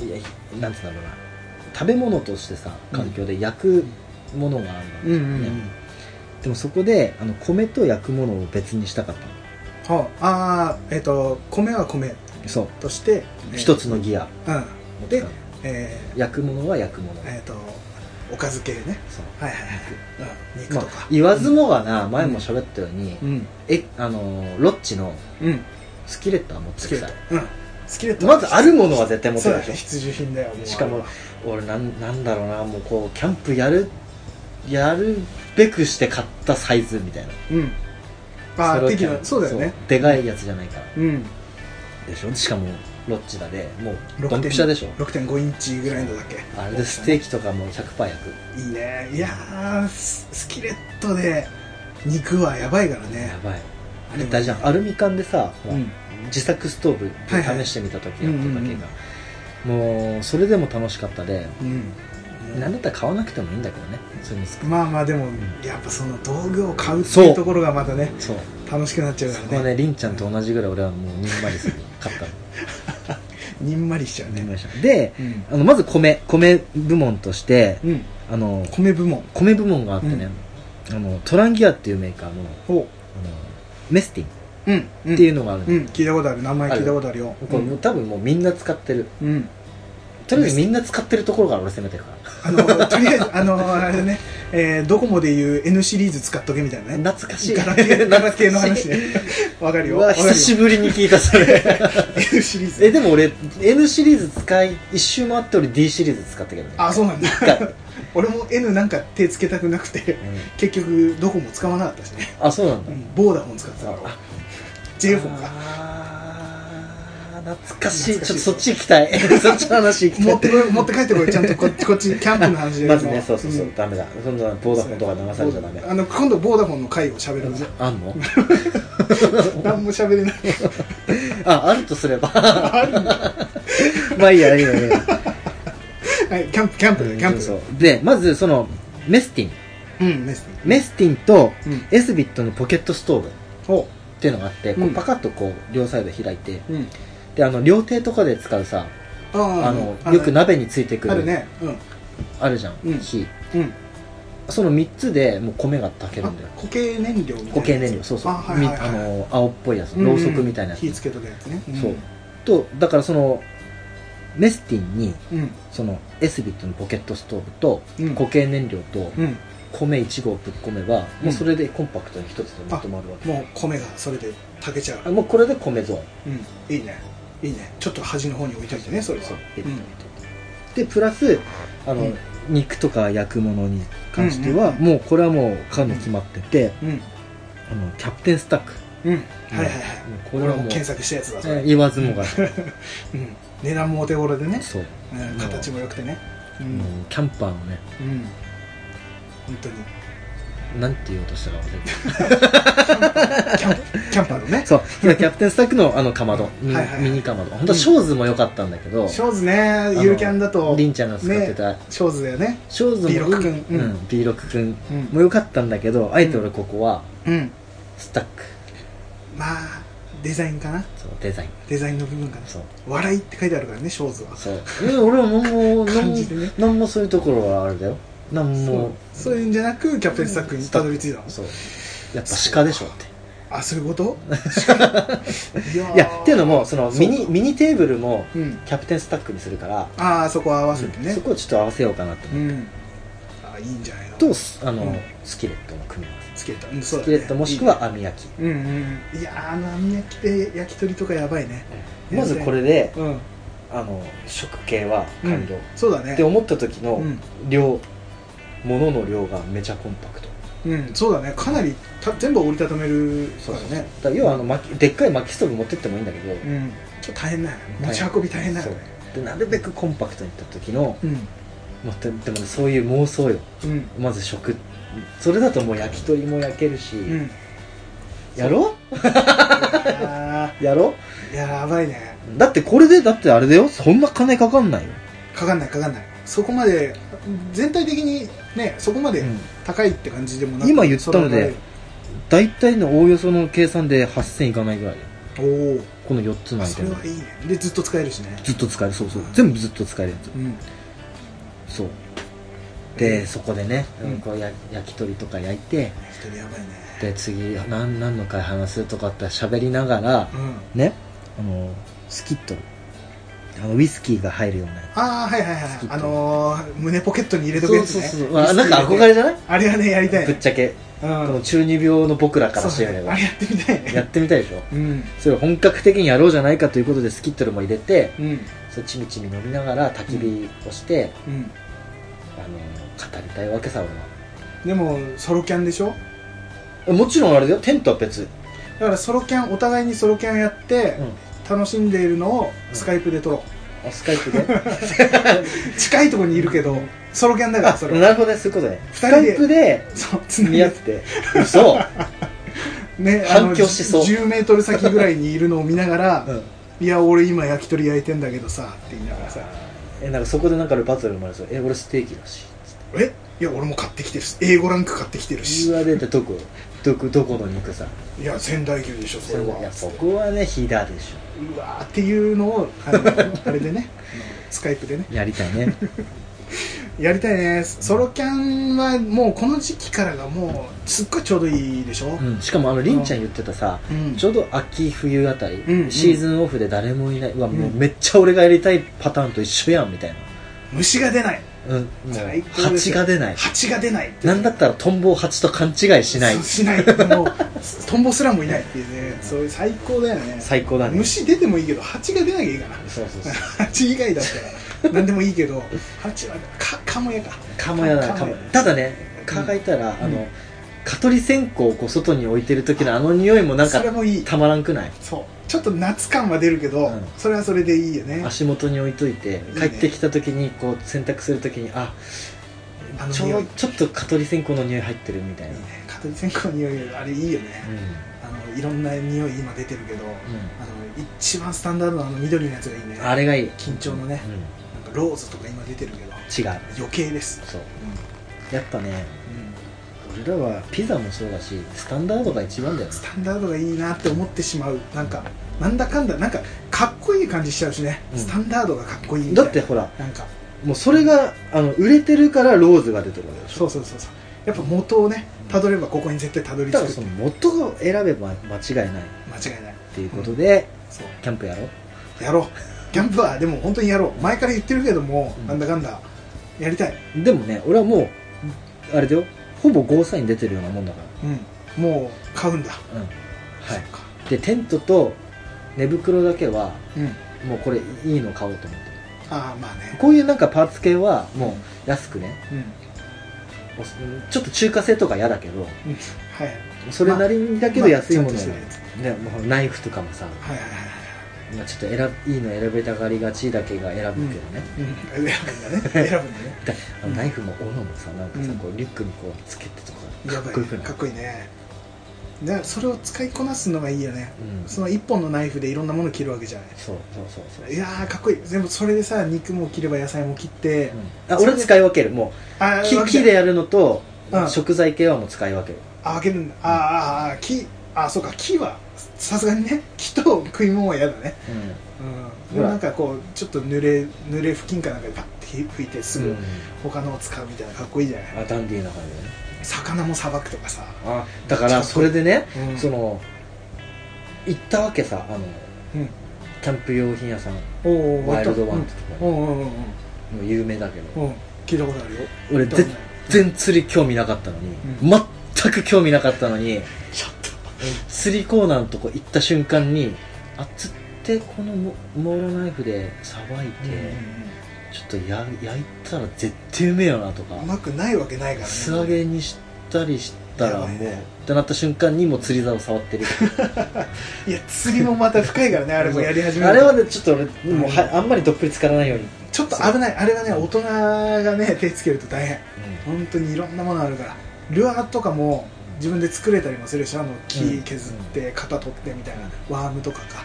B: いやいなんつうんだろうな食べ物としてさ環境で焼くものがあるんだよ
A: うん
B: ね、
A: うんうん
B: でもそこであの米と焼くものを別にしたかったの
A: はああーえっ、と米は米
B: そう
A: として
B: 一
A: つ
B: つのギア
A: うん
B: を使う
A: え
B: 焼くものは焼くもの
A: ー、えっ、とおかず系ね
B: そう
A: はいはいはい、うん、肉
B: ま
A: と
B: あ
A: か、、
B: 言わずもがな、前も喋ったように、
A: うん
B: えあのーロッチの
A: うん
B: スキレットは持って
A: ス
B: き
A: キ
B: て
A: レ
B: さ
A: ットうんスキレット
B: まずあるものは絶対持っ
A: そ
B: て
A: う
B: る
A: だ
B: でしょ
A: ね必需品だよう
B: しかも俺なんなんだろうなもうこうキャンプやるやるべくして買ったサイズみたいな
A: うんあ
B: れ
A: あ
B: を
A: 的
B: キャン
A: な
B: プ
A: そうだよね
B: そうでかいやつじゃないから
A: うん
B: でしょしかもロッチだでもう
A: 6.5
B: ドンピシャでしょ
A: 6.5インチぐらいのだっけ
B: あれでステーキとかも100%焼く
A: いいねいやーススキレットで肉はやばいからね
B: やばいあれ大事じゃんアルミ缶でさ、ほら
A: うん
B: 自作ストーブで試してみた時やっただ
A: はいは
B: け
A: い
B: が、もうそれでも楽しかったで
A: うん
B: なんだったら買わなくてもいいんだけどねそういうの作る
A: まあまあでもやっぱその道具を買うって
B: そ
A: いううところがまたね
B: そう
A: 楽しくなっちゃう
B: そ
A: か
B: こ
A: ら
B: は
A: ね
B: ねりんちゃんと同じぐらい俺はもうにんまり する買ったの
A: にんまりしちゃう
B: にんま
A: ね
B: りしたで
A: うん、
B: あのまず米米部門として
A: うん、
B: あの
A: 米部門
B: 米部門があってね、あのトランギアっていうメーカーの
A: を
B: あのメスティン
A: うん、うん、
B: っていうのがあるの、
A: うん聞いたことある名前聞いたことあるよ
B: これもう多分もうみんな使ってる
A: うん、うん
B: とりあえずみんな使ってるところから俺攻めてるか
A: あのとりあえずあのあれだね、えードコモでいう N シリーズ使っとけみたいな
B: ら
A: ね
B: 懐かしい
A: ガラケーガラケーの話
B: 懐
A: ねわかるよ
B: うわ
A: わかるよ
B: 久しぶりに聞いた それ
A: N シリーズ
B: えでも俺 N シリーズ使い一周回って俺 D シリーズ使ったけどね
A: あそうなんだ
B: 一回
A: 俺も N なんか手つけたくなくて
B: うん
A: 結局ドコモ使わなかったしね
B: あそうなんだ
A: ボーダフォン使ってたから
B: あ
A: j フォンか
B: あー懐かしい
A: 懐かしい
B: ちょっとそっち行きたい そっちの話行きた
A: 持
B: い
A: ってこい持って帰ってこいちゃんとこっちこっちキャンプの話で
B: まずねそうそうそう、
A: ん
B: ダメだそんなボーダフォンとか流されちゃダメ
A: あの今度ボーダフォンの回を喋るんで
B: あんの
A: 何も喋れない
B: ああるとすれば まあいいやいいやいいや
A: はいキャン プキャンプキャンプ
B: そうでまずそのメスティン
A: うんですね
B: メスティンと
A: うん
B: エスビットのポケットストーブっ
A: お
B: ていうのがあって、こう
A: うん
B: パカッとこう両サイド開いて
A: うん
B: であの料亭とかで使うさ、
A: あー
B: あのよく鍋についてくる
A: あるねうん
B: あるじゃん、
A: うん
B: 火
A: うん
B: その3つでもう米が炊けるんだよ
A: あ固形燃料みたいな
B: 固形燃料そうそう
A: あはいはいはい
B: みあの青っぽいやつ
A: うん
B: ろうそくみたいなやつ、
A: 火つけとくやつねん
B: そうとだからそのメスティンに
A: うん
B: そのエスビットのポケットストーブと
A: うん
B: 固形燃料と
A: うん
B: 米1合ぶっ込めば、
A: うん
B: もうそれでコンパクトに一つでまとまるわけ
A: もう米がそれで炊けちゃう
B: あもうこれで米ゾーン
A: うんいいねいいねちょっと端の方に置いといてねそれは
B: そう
A: う
B: 入れて入れ
A: ん
B: てでプラスあの、
A: うん
B: 肉とか焼くものに関しては、
A: うん
B: もうこれはもう買うの決まってて、
A: うん
B: あのキャプテンスタック
A: うんはいはいはい
B: もうこ
A: こ
B: れ
A: れ
B: は
A: は
B: も
A: も
B: う
A: う検索したやつだそれ
B: え言わずもがな
A: うん値段もお手頃でね
B: そう、
A: うん形も良くてねうん
B: もうキャンパーのね
A: うん本当に
B: なんて言おうとしたか忘れて
A: キャンプキャンパーのね
B: そう、今キャプテンスタックのあのかまど、ミニ
A: はいはい
B: ミニかまど。本当はショーズも良かったんだけど、
A: ショーズねゆるキャンだと
B: りんちゃんが使ってた、
A: ショーズだよね
B: ショーズも
A: B6 くん
B: う
A: うん
B: ん、B6 くん
A: う
B: も
A: ん
B: 良かったんだけど、あえて俺ここは
A: うん
B: スタック、
A: まあデザインかな
B: そう、デザイン。
A: デザインの部分かな
B: そう、
A: 笑いって書いてあるからねショーズは
B: そう。え俺はなんも、なん
A: 感
B: も
A: じでね、
B: なんもそういうところはあれだよ。なん
A: そう
B: も、
A: そういうんじゃなくキャプテンスタックにたどり着いたの
B: そう。やっぱ鹿でしょって。
A: あそういうこと いや
B: いや、っていうのも、その
A: そう
B: ミニ、ミニテーブルも
A: うん
B: キャプテンスタックにするから、
A: ああそこは合わせて
B: うん
A: ね
B: そこをちょっと合わせようかなと思って
A: うん、あがいいんじゃないの
B: とあの、
A: うん
B: スキレットの組み合わせ
A: つけた、うんそう
B: ス
A: だ
B: キ
A: ね
B: レットもしくは網焼き、
A: うんうんいやーあの網焼きで焼き鳥とかやばいねうん
B: まずこれで
A: うん
B: あの食系は完了、
A: うんそうだ
B: って
A: ね
B: 思った時の
A: うん
B: 量、物の量がめちゃコンパクト
A: うんそうだねかなりた全部折りたためる
B: そう
A: から
B: そうそう
A: ね
B: だから要はあの巻きでっかい薪ストーブ持ってってもいいんだけど、
A: うんちょっと大変だよね持ち運び大変だよね
B: そうでなるべくコンパクトにいった時の、
A: うん
B: まあ、ででもねそういう妄想よ
A: うん
B: まず食それだともう焼き鳥も焼ける し、
A: うん
B: やろ
A: あ
B: やろ
A: ーやばいね
B: だってこれでだってあれだよそんな金かかんないよ、
A: かかんないかかんないそこまで全体的にねそこまで
B: うん
A: 高いって感じでもなく
B: 今言ったので
A: そ
B: 大体のおおよその計算で8000いかないぐらいだよ
A: れぐらい
B: この4つ
A: お
B: の
A: お
B: アイ
A: そ
B: テ
A: れ
B: ム
A: はいいねでずっと使えるしね
B: ずっと使えるそうそう全部ずっと使えるや
A: うん
B: つそうでそこでね、
A: うん
B: うんこうや焼き鳥とか焼いて
A: 焼き鳥やばいね
B: で次何何の回話すとかって喋りながら
A: うん
B: ねあのスキットルあのウイスキーが入るようなや
A: ああはいはいはい
B: 好きって
A: あのー、胸ポケットに入れ
B: つ
A: とくやつ
B: そう
A: ね
B: そうそうあなんか憧れじゃない
A: あれはねやりたい
B: ぶっ
A: ね
B: ちゃけ
A: う
B: この
A: ん
B: 中二病の僕らからし
A: そ
B: て
A: う
B: みれ
A: ね
B: ば
A: あれやってみたい
B: や
A: ね
B: ってみたいでしょ
A: うん
B: それを本格的にやろうじゃないかということでスキットルも入れて
A: うん
B: それちみちみ飲みながら焚き火をして、
A: うん
B: あの語りたいわけさ俺は
A: でもソロキャンでしょ
B: えもちろんあれだよテントは別、
A: だからソロキャンお互いにソロキャンやって、楽しんでいるのを
B: うん
A: スカイプで撮ろう、
B: あスカイプで
A: 近いところにいるけどソロキャンだから
B: あ
A: それは
B: なるほどねそういうことねス
A: 二
B: カ
A: 人で
B: イプで
A: そうつな
B: 見合
A: げ
B: ってて 嘘、
A: ね
B: 反響しそう
A: 1 0ル先ぐらいにいるのを見ながら「
B: うん
A: いや俺今焼き鳥焼いてんだけどさ」って言いながらさ
B: えなんかそこでなんかバトル生まれそうえ俺ステーキだし
A: 「えいや俺も買ってきてるし英語ランク買ってきてるし
B: 言われてどこどこどこの肉さ
A: いや仙台牛でしょそれは」
B: いや
A: つ
B: そ
A: って
B: こはね火だでし
A: うわーっていうのを あのあれでねあのスカイプでね
B: ょやりたいね
A: やりたいねソロキャンはもうこの時期からがもうすっごいちょうどいいでしょ、
B: うんしかもあのりんちゃん言ってたさ、
A: うん
B: ちょうど秋冬あたり、
A: うん
B: シーズンオフで誰もいない、うわもううんめっちゃ俺がやりたいパターンと一緒やんみたい
A: 虫が出ない
B: な、うん、もう
A: 最高ですよ
B: 蜂が出ない
A: 蜂が出ないって
B: なんだったらトンボを蜂と勘違いしない
A: そうしないもう トンボすらもいないっていうねそういう最高だよね
B: 最高だね
A: 虫出てもいいけど蜂が出なきゃいいかな
B: そうそうそう
A: 蜂以外だったら 何でもいいけど蜂はかカモやか
B: かもやなかもただね蚊がいたら、あ
A: う
B: の
A: ん
B: 蚊取り線香をこう外に置いてる時のあの匂いもなんか
A: それもいい
B: たまらんくない
A: そうちょっと夏感は出るけど、
B: うん
A: それはそれでいいよね
B: 足元に置いといて
A: い
B: 帰
A: ね
B: ってきた時にこう洗濯する時にあ
A: あの
B: ちょ
A: 匂
B: う
A: い
B: ちょっと蚊取り線香の匂い入ってるみたい
A: いい
B: な
A: ね蚊取り線香の匂いあれいいよね、あのいろんな匂い今出てるけど、
B: うん、う
A: あの一番スタンダードなあの緑のやつがいいね
B: ん、あれがいい
A: 緊張のね
B: うん、
A: なんかローズとか今出てるけど
B: 違う
A: 余計です、
B: そう
A: う
B: やっぱね
A: んうん
B: 俺らはピザもそうだしスタンダードが一番だよね
A: スタンダードがいいなって思ってしまうなんかなんだかんだなんかかっこいい感じしちゃうしね、
B: うん
A: スタンダードがかっこいいみた
B: だ
A: いな
B: ってほら
A: なんか
B: もうそれがあの売れてるからローズが出てるわけでし
A: そ
B: ょ
A: うそうそうそうやっぱ元をねたどればここに絶対たどり
B: だか
A: 着
B: ら
A: く
B: その元を選べば間違いないっ
A: 間違いない
B: ていうことで、
A: そう
B: キャンプやろう
A: やろうキャンプはでも本当にやろう前から言ってるけども、
B: うん
A: なんだかんだやりたい
B: でもね俺はもうあれだよほぼゴーサイン出てるようなもんだか
A: うんもう買うんだ
B: らうんは
A: そっ
B: い
A: か
B: でテントと寝袋だけは
A: うん
B: もうこれいいの買おうと思って
A: ああまあ
B: る
A: ね
B: こういうなんかパーツ系はもう安くね
A: うん、
B: おちょっと中華製とか嫌だけど
A: うん、はい
B: それなりにだけど安いもの
A: まあ
B: や
A: ちゃんと
B: ね
A: してるやつ
B: もうナイフとかもさ
A: はいはいはい
B: まあちょっと選ぶいいの選べたがりがちだけが選ぶけどね、
A: はいうん 選ぶんだね 選ぶんだね
B: であのナイフも斧もさなんかさ、
A: うん
B: こうリュックにこうつけてとか
A: や
B: か
A: ば
B: っ
A: い
B: こよくない
A: かっこいいねだからそれを使いこなすのがいいよね
B: うん、
A: そ
B: そう
A: の一本のナイフでいろんなもの切るわけじゃない
B: そうそうそう
A: いやーかっこいい全部それでさ肉も切れば野菜も切って、
B: うんあ俺は使い分けるも
A: あー
B: う木
A: 分け
B: 木でやるのと、
A: うん
B: 食材系はもう使い分ける
A: あ分けるんだあーあーあー木あそうか木はさすがにね木と食い物は嫌だねうんでもなんかこうちょっと濡れ濡れ布巾かなんかでパッて拭いてす
B: う
A: ぐ
B: ん
A: 他のを使うみたいなかっこいいじゃない、
B: あダンディーな感じだね
A: 魚もさばくとかさ、
B: あだからそれでね、
A: うん
B: その行ったわけさあの
A: うん、
B: キャンプ用品屋さん
A: おお
B: ワイルドワンってとこ
A: うんうんうん
B: もう有名だけど
A: うんうん聞いたことあるよ
B: 俺
A: どんな
B: 絶全然釣り興味なかったのに、全く興味なかったのに
A: ちょっと
B: 釣りコーナーのとこ行った瞬間にあ釣ってこのモモールナイフでさばいて、ちょっとや焼いたら絶対うめえよなとか
A: うまくないわけないからね
B: 素揚げにしたりしたらもう、
A: やばいね
B: ってなった瞬間にもう釣り竿触ってる
A: いや釣りもまた深いから ねあれもやり 始め
B: あ
A: る
B: れ
A: と
B: はねちょっと俺もうはあんまりどっぷり浸からないように、
A: ちょっと危ないあれはね大人がね手つけると大変本当にいろんなものあるからルアーとかも自分で作れたりもするしあの木削って型取ってみたいなワームとかか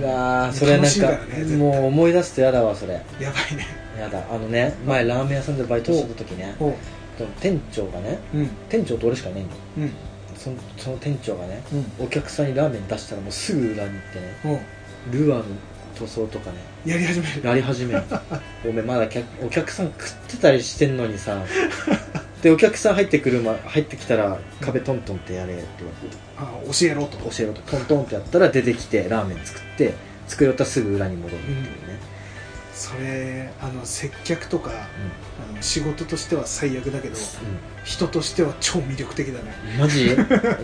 B: うわーそれ
A: 楽
B: なん
A: しいから
B: か
A: ね絶対
B: もう思い出すとやだわそれ
A: やばいね
B: やだあのね前ラーメン屋さんでバイトしてた時ね
A: おう
B: でも店長がね
A: うん
B: 店長と俺しかいないんだよ
A: うん
B: そのその店長がね
A: うん
B: お客さんにラーメン出したらもうすぐ裏に行ってね
A: おう
B: ルアーの塗装とかね
A: やり始める
B: やり始めるおめえまだ客お客さん食ってたりしてんのにさでお客さん入ってくる、ま、入ってきたら壁トントンってやれって言われて
A: あ教えろと
B: 教えろとトントンってやったら出てきてラーメン作って作り終わったらすぐ裏に戻るっていうね、
A: それあの接客とかあの仕事としては最悪だけど人としては超魅力的だね
B: うんマジ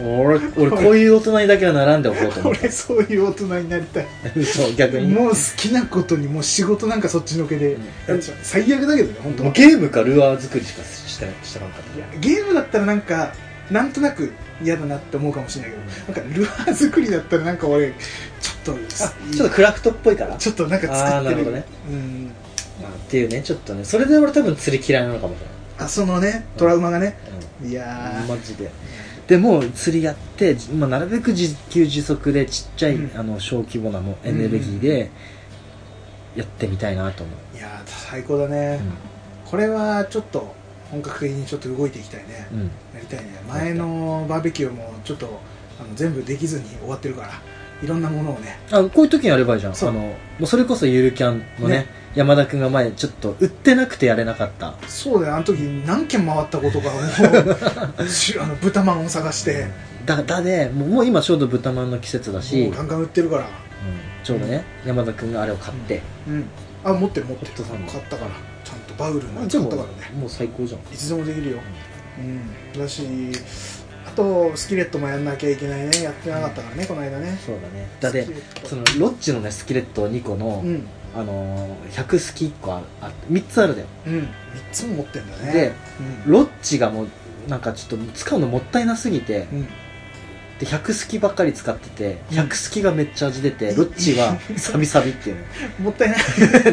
B: 俺俺こういう大人にだけはならんでおこうと思っ
A: 俺そういう大人になりたい
B: た 嘘逆に
A: もう好きなことにもう仕事なんかそっちのけで
B: うん
A: やっちゃう最悪だけどね本当
B: もうゲームかルアー作りしかしてしてなかっ
A: いやゲームだったらなんかなんとなく嫌だなって思うかもしれないけどなんかルアー作りだったらなんか俺ちょっと
B: たあちょっとクラフトっぽいから
A: ちょっとなんか作ってる
B: あーなるほどね
A: うん
B: まあっていうねちょっとねそれで俺多分釣り嫌いなのかもしれ
A: あそのねトラウマがね、
B: ない、うん
A: いやー、
B: マジででもう釣りやって、じまあ、なるべく自給自足でちっちゃい、
A: うん
B: あの小規模なもエネルギーでやってみたいなと思う、
A: いやー最高だ
B: う
A: ね、
B: ん
A: これはちょっと本格的にちょっと動いていきたいね、
B: うん
A: やりたいね前のバーベキューもちょっとあの全部できずに終わってるからいろんなものをね
B: あこういう時にやればいいじゃん
A: そう
B: あのもうそれこそゆるキャンのね
A: ね
B: 山田君が前ちょっと売ってなくてやれなかった
A: そうだよあの時何軒回ったことかもうしあの豚まんを探して、
B: だだでもうもう今ちょうど豚まんの季節だし、
A: もうガンガン売ってるから
B: うんちょうどね、山田君があれを買って、
A: うんあ持ってる持ってる
B: ホットサンド
A: 買ったからちゃんとバウルのや
B: あじ
A: つ
B: ゃあ
A: 買った
B: もう
A: からね
B: もう最高じゃん
A: いつでもできるようんだしあとスキレットもやんなきゃいけないねやってなかったからねこの間ね
B: そうだねだで
A: スキレット
B: そのロッチのねスキレット2個の、
A: うん
B: あのー100スキ1個ああ3つあるだよ
A: うん3つも持ってんだね
B: で
A: うん
B: ロッチがもうなんかちょっと使うのもったいなすぎて
A: うん
B: で100スキばっかり使ってて100スキがめっちゃ味出てロッチ はサビサビっていう
A: もったい ない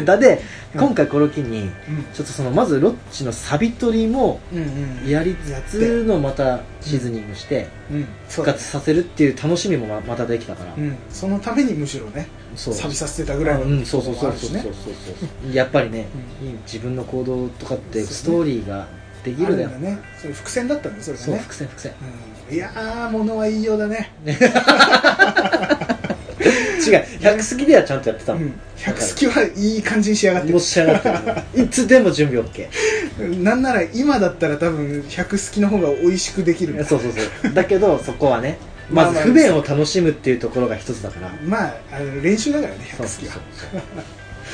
B: のだで
A: うん
B: 今回これを機にちょっとそのまずロッチのサビ取りも
A: うんうんうん
B: やり
A: やっ
B: つ
A: て
B: つのまたシーズニングして
A: うんそう
B: 復
A: だ
B: 活させるっていう楽しみもままたできたから
A: うんそのためにむしろね
B: そう
A: 錆びさせてたぐらいの
B: うんそうそうそうそうそうそうそうやっぱりね
A: う
B: 自分の行動とかってストーリーができ
A: ある
B: る
A: ん
B: だ
A: だ
B: よ
A: よねそれ伏線だったんだよそれが
B: そう
A: ね
B: 伏線伏線
A: うんいやー物は言いようだね
B: 違う100スキではちゃんとやってたの
A: うん100スキはいい感じに仕上がってる
B: もう仕上がってるいつでも準備 OK
A: なんなら今だったら多分100すきの方が美味しくできる
B: そうそうそうだけどそこはね
A: まあ
B: まず不便を楽しむっていうところが一つだから
A: まああの練習だからね
B: そ
A: 100
B: う
A: す
B: そう
A: き
B: そ
A: は
B: う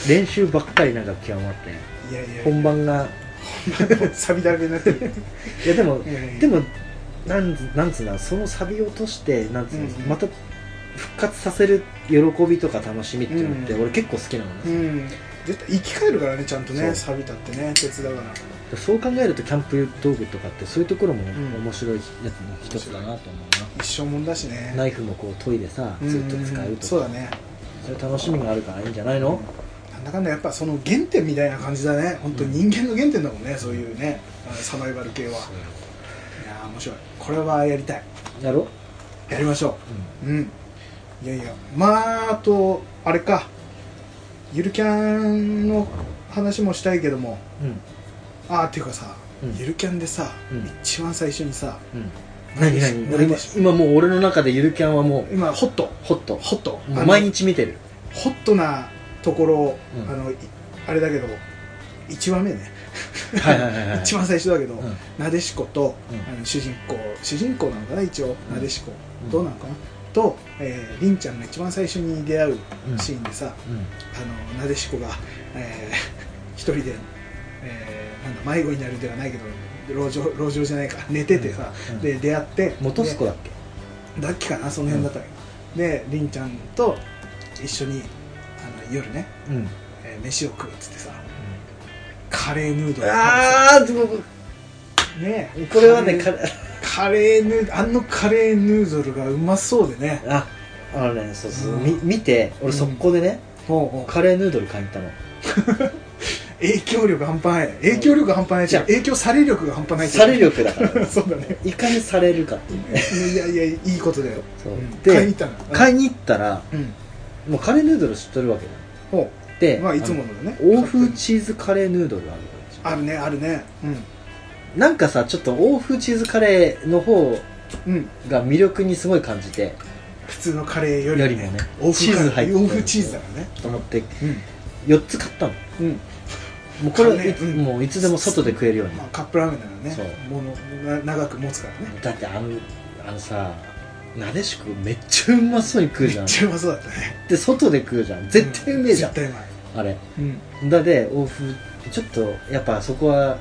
B: 練習ばっかりなんか極まって
A: いやいや
B: 本番が
A: サビだらけにな ってる
B: いやでも
A: いやいや
B: でもなんつなんつうのそのサビを落としてなんつうの、
A: うんうん
B: また復活させる喜びとか楽しみっていうのって
A: うん
B: 俺結構好きなのね、
A: うん絶対生き返るからねちゃんと
B: そ
A: ね
B: う
A: サビだってね鉄だから
B: そう考えるとキャンプ道具とかってそういうところも
A: ん
B: 面白いやつの一つだなと思うな、
A: 一生もんだしね
B: ナイフもこう研いでさ
A: うん
B: ずっと使うとか
A: そうだね
B: それ楽しみがあるからいいんじゃないの、
A: なんだかんだやっぱその原点みたいな感じだね本当人間の原点だもんねそういうねあのサバイバル系はいやー面白いこれはやりたい
B: やろ、
A: やりましょううんいやいやまああとあれかゆるキャンの話もしたいけども
B: うんうん
A: ああっていうかさ、
B: うん
A: ゆるキャンでさ、
B: うん
A: 一番最初にさ
B: うん何何
A: 何
B: 俺今
A: でしょ
B: 今もう俺の中でゆるキャンはもう
A: 今ホット
B: ホット
A: ホットあ
B: も
A: の
B: う毎日見てる
A: ホットなところを、
B: うん
A: あのいあれだけど1話目ね
B: はいはいはいはい
A: 一番最初だけど、
B: うん
A: なでしこと、
B: うん
A: あの主人公主人公なのかな一応、
B: うん
A: なでしこ
B: うん
A: どうなのかな、と、えー、りんちゃんが一番最初に出会うシーンでさ、
B: うん
A: あのなでしこが、えー一人で、えーなんだ迷子になるではないけど路上路上じゃないか寝ててさ、
B: うん
A: で出会って
B: 元栖子だっけ
A: でだっけかなその辺だったら、でりんちゃんと一緒にあの夜ね、
B: うん、うん
A: えー飯を食うっつってさカレーヌードル
B: ああこ
A: ねえ
B: れはね
A: カ
B: か
A: レーカレーヌーあのカレーヌードルがうまそうでね
B: ああのねそうそう、
A: うん
B: み見て俺速攻でね、
A: ほうほう
B: カレーヌードル買いに行ったの
A: 影響力半端ない影響力半端ないし
B: じゃあ
A: 影響され力が半端ないって
B: され力だか ら
A: そうだね
B: いかにされるかっていうね
A: いやいやいいことだよ、
B: そう、
A: うん買いに行
B: で
A: ったの
B: 買
A: い
B: いに行ったら
A: うん
B: もうカレーヌードル知ってるわけだ
A: ほ
B: で、
A: うまあいつものだね
B: あの欧風チーズカレーヌードルあるから
A: あるねあるね
B: なんかさちょっと欧風チーズカレーの方
A: うんうん
B: が魅力にすごい感じて
A: 普通のカレーより
B: よりもね
A: 欧
B: チ
A: 風
B: ーズ
A: カ
B: 入っ
A: レー
B: てる
A: 欧風チーズだからね
B: と思って
A: う
B: 4つ買ったの
A: んうん
B: もうこれはいつ
A: カレーうん
B: もういつでも外で食えるように
A: まあカップラーメンなら
B: そう
A: ねものな長く持つからね
B: だってあのあのさなでしこめっちゃうまそうに食う
A: め
B: じゃ
A: っ
B: ん
A: ちゃうまそうだったね
B: で外で食うじゃん絶対うめえじゃん、
A: 絶対うまい
B: あれ
A: うん
B: だで欧風ちょっとやっぱそこは